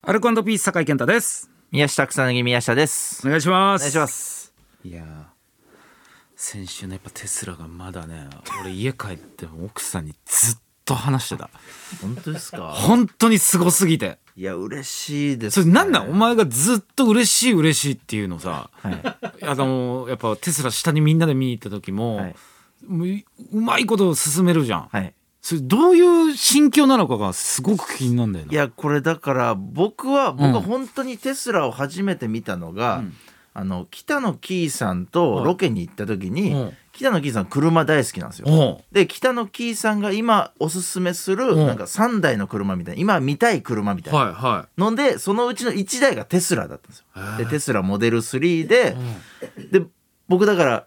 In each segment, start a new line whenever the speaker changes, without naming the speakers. アルコピース酒井健太です
宮下草薙宮下です。
お願いします
お願いします。
いやー
先週のやっぱテスラがまだね、俺家帰っても奥さんにずっと話してた。
本当ですか
本当にすごすぎて
いや嬉しいで
それ
す、ね。
なんなんお前がずっと嬉しい嬉しいっていうのさ、あのやっぱテスラ下にみんなで見に行った時も、
はい
もううまいことを進めるじゃん、
はい。
それどういう心境なのかがすごく気になるんだよない
やこれだから僕は僕
うん
は本当にテスラを初めて見たのが、あの北野キーさんとロケに行った時に、
うん
北野キーさん車大好きなんですよ。
おう
で北野キーさんが今おすすめする
うん
なんか3台の車みたいな今見たい車みたいな
はいは
のでそのうちの1台がテスラだったんですよ。
へ
で
ー
テスラモデル3でで僕だから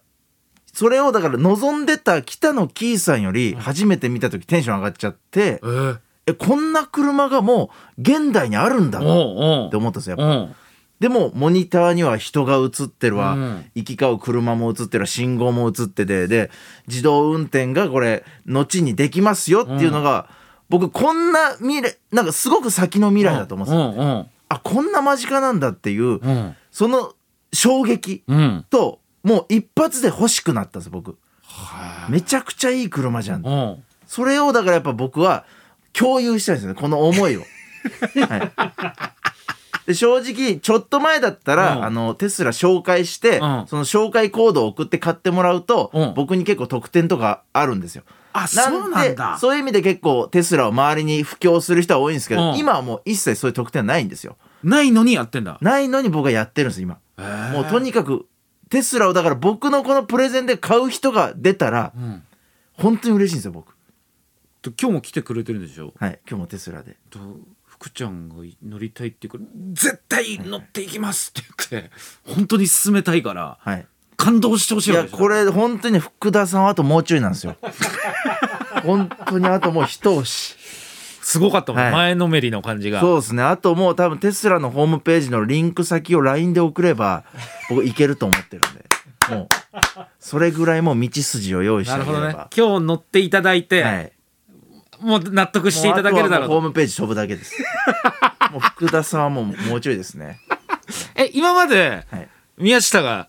それをだから望んでた北野キーさんより初めて見た時テンション上がっちゃって
いえー、
えこんな車がもう現代にあるんだっ
おうおう
て思ったんですよ。やっぱ
おう
でもモニターには人が映ってるわ、
うん
行き交う車も映ってるわ信号も映っててで自動運転がこれ後にできますよっていうのが、僕こんな未来なんかすごく先の未来だと思うんですよ、
うんうん
あこんな間近なんだっていう
うん
その衝撃
うん
ともう一発で欲しくなったんです僕
は
めちゃくちゃいい車じゃん
いおう
それをだからやっぱ僕は共有したいんですよねこの思 いを。はい、で正直ちょっと前だったら、
うん
あのテスラ紹介して、
うん
その紹介コードを送って買ってもらうと、
うん
僕に結構特典とかあるんですよ。
あそうなん
で
だ
そういう意味で結構テスラを周りに布教する人は多いんですけど、
うん
今はもう一切そういう特典はないんですよ。
ないのにやってんだ
ないのに僕はやってるんです今。もうとにかくテスラをだから僕のこのプレゼンで買う人が出たら
うん
本当に嬉しいんですよ僕。
と今日も来てくれてるんでしょ
はい、今日もテスラで。
と福ちゃんが乗りたいっていうから絶対乗っていきますって言って本当に進めたいから
はい。
感動してほしい
い
わ
や
けでしょ
これ本当に福田さんはあともうちょいなん ですよ本当にあともう一押し
すごかったもん、
はい
前のめりの感じが
そうですねあともう多分テスラのホームページのリンク先を LINE で送 れば僕いけると思ってるんでもうそれぐらいもう道筋を用意して
なる
あげれ
ほ
ば
どね今日乗っていただいて、
はい
もう納得していただけるだろ
もうあとはもうホー
うと
ムページ飛ぶだ けですもう福田さんはもうもうちょいですね
え今まで
はい
宮下が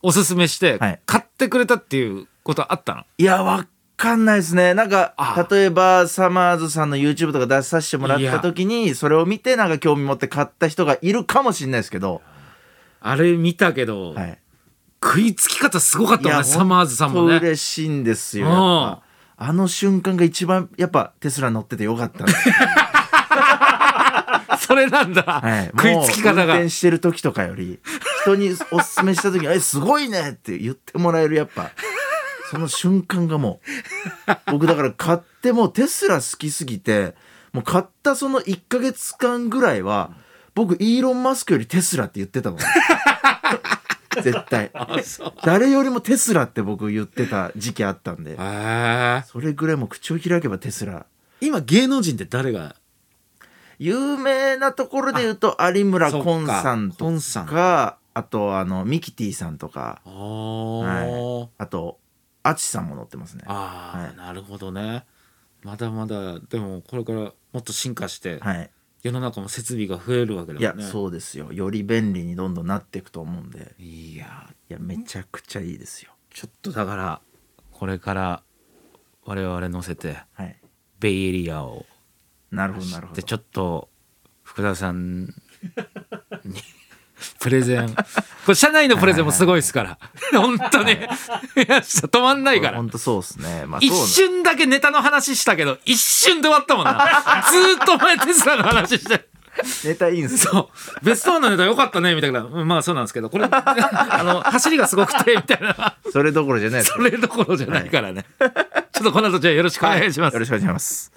おすすめして
はい
買ってくれたっていうことあったの、
いやわかんないですねなんか
あ
例えばサマーズさんの YouTube とか出させてもらった時にそれを見てなんか興味持って買った人がいるかもしれないですけど
あれ見たけど、
はい
食いつき方すごかったもんねサマーズさんも
ほ
ね
と嬉しいんですよ
うん
やっぱあの瞬間が一番やっぱテスラ乗っててよかったんで
それなんだ、
はい
食いつき方
もう運
が
転してる時とかより人におすすめした時に「え すごいね!」って言ってもらえるやっぱその瞬間がもう 僕だから買ってもうテスラ好きすぎてもう買ったその1ヶ月間ぐらいは僕イーロン・マスクよりテスラって言ってたもん 絶対誰よりもテスラって僕言ってた時期あったんで
へえ
それぐらいもう口を開けばテスラ
今芸能人って誰が
有名なところで言うと有村昆さんと
コンさん
かあとあのミキティさんとか
あ、
はあとアチさんも乗ってますね
あー、
はい
なるほどねまだまだでもこれからもっと進化して、
はい
世の中も設備が増えるわけだもんね
いやそうですよより便利にどんどんなっていくと思うんで
いや
いやめちゃくちゃいいですよ
ちょっとだからこれから我々乗せて
はい
ベイエリアを
なるほどなるほ
で
ど
ちょっと福田さんに プレゼンこれ社内のプレゼンもすごいですから本当にいや止まんないから
本当そうですねまあそう
一
なん
瞬だけネタの話したけど一瞬で終わったもんな ずーっとお前テスラの話して
ネタいいんすよ
そうベストワンのネタ良かったねみたいなうんまあそうなんですけどこれ あの走りがすごくてみたい な
それどころじゃないです
それどころじゃないからね、ちょっとこの後じゃあよろしくお願いします、
よろしくお願いします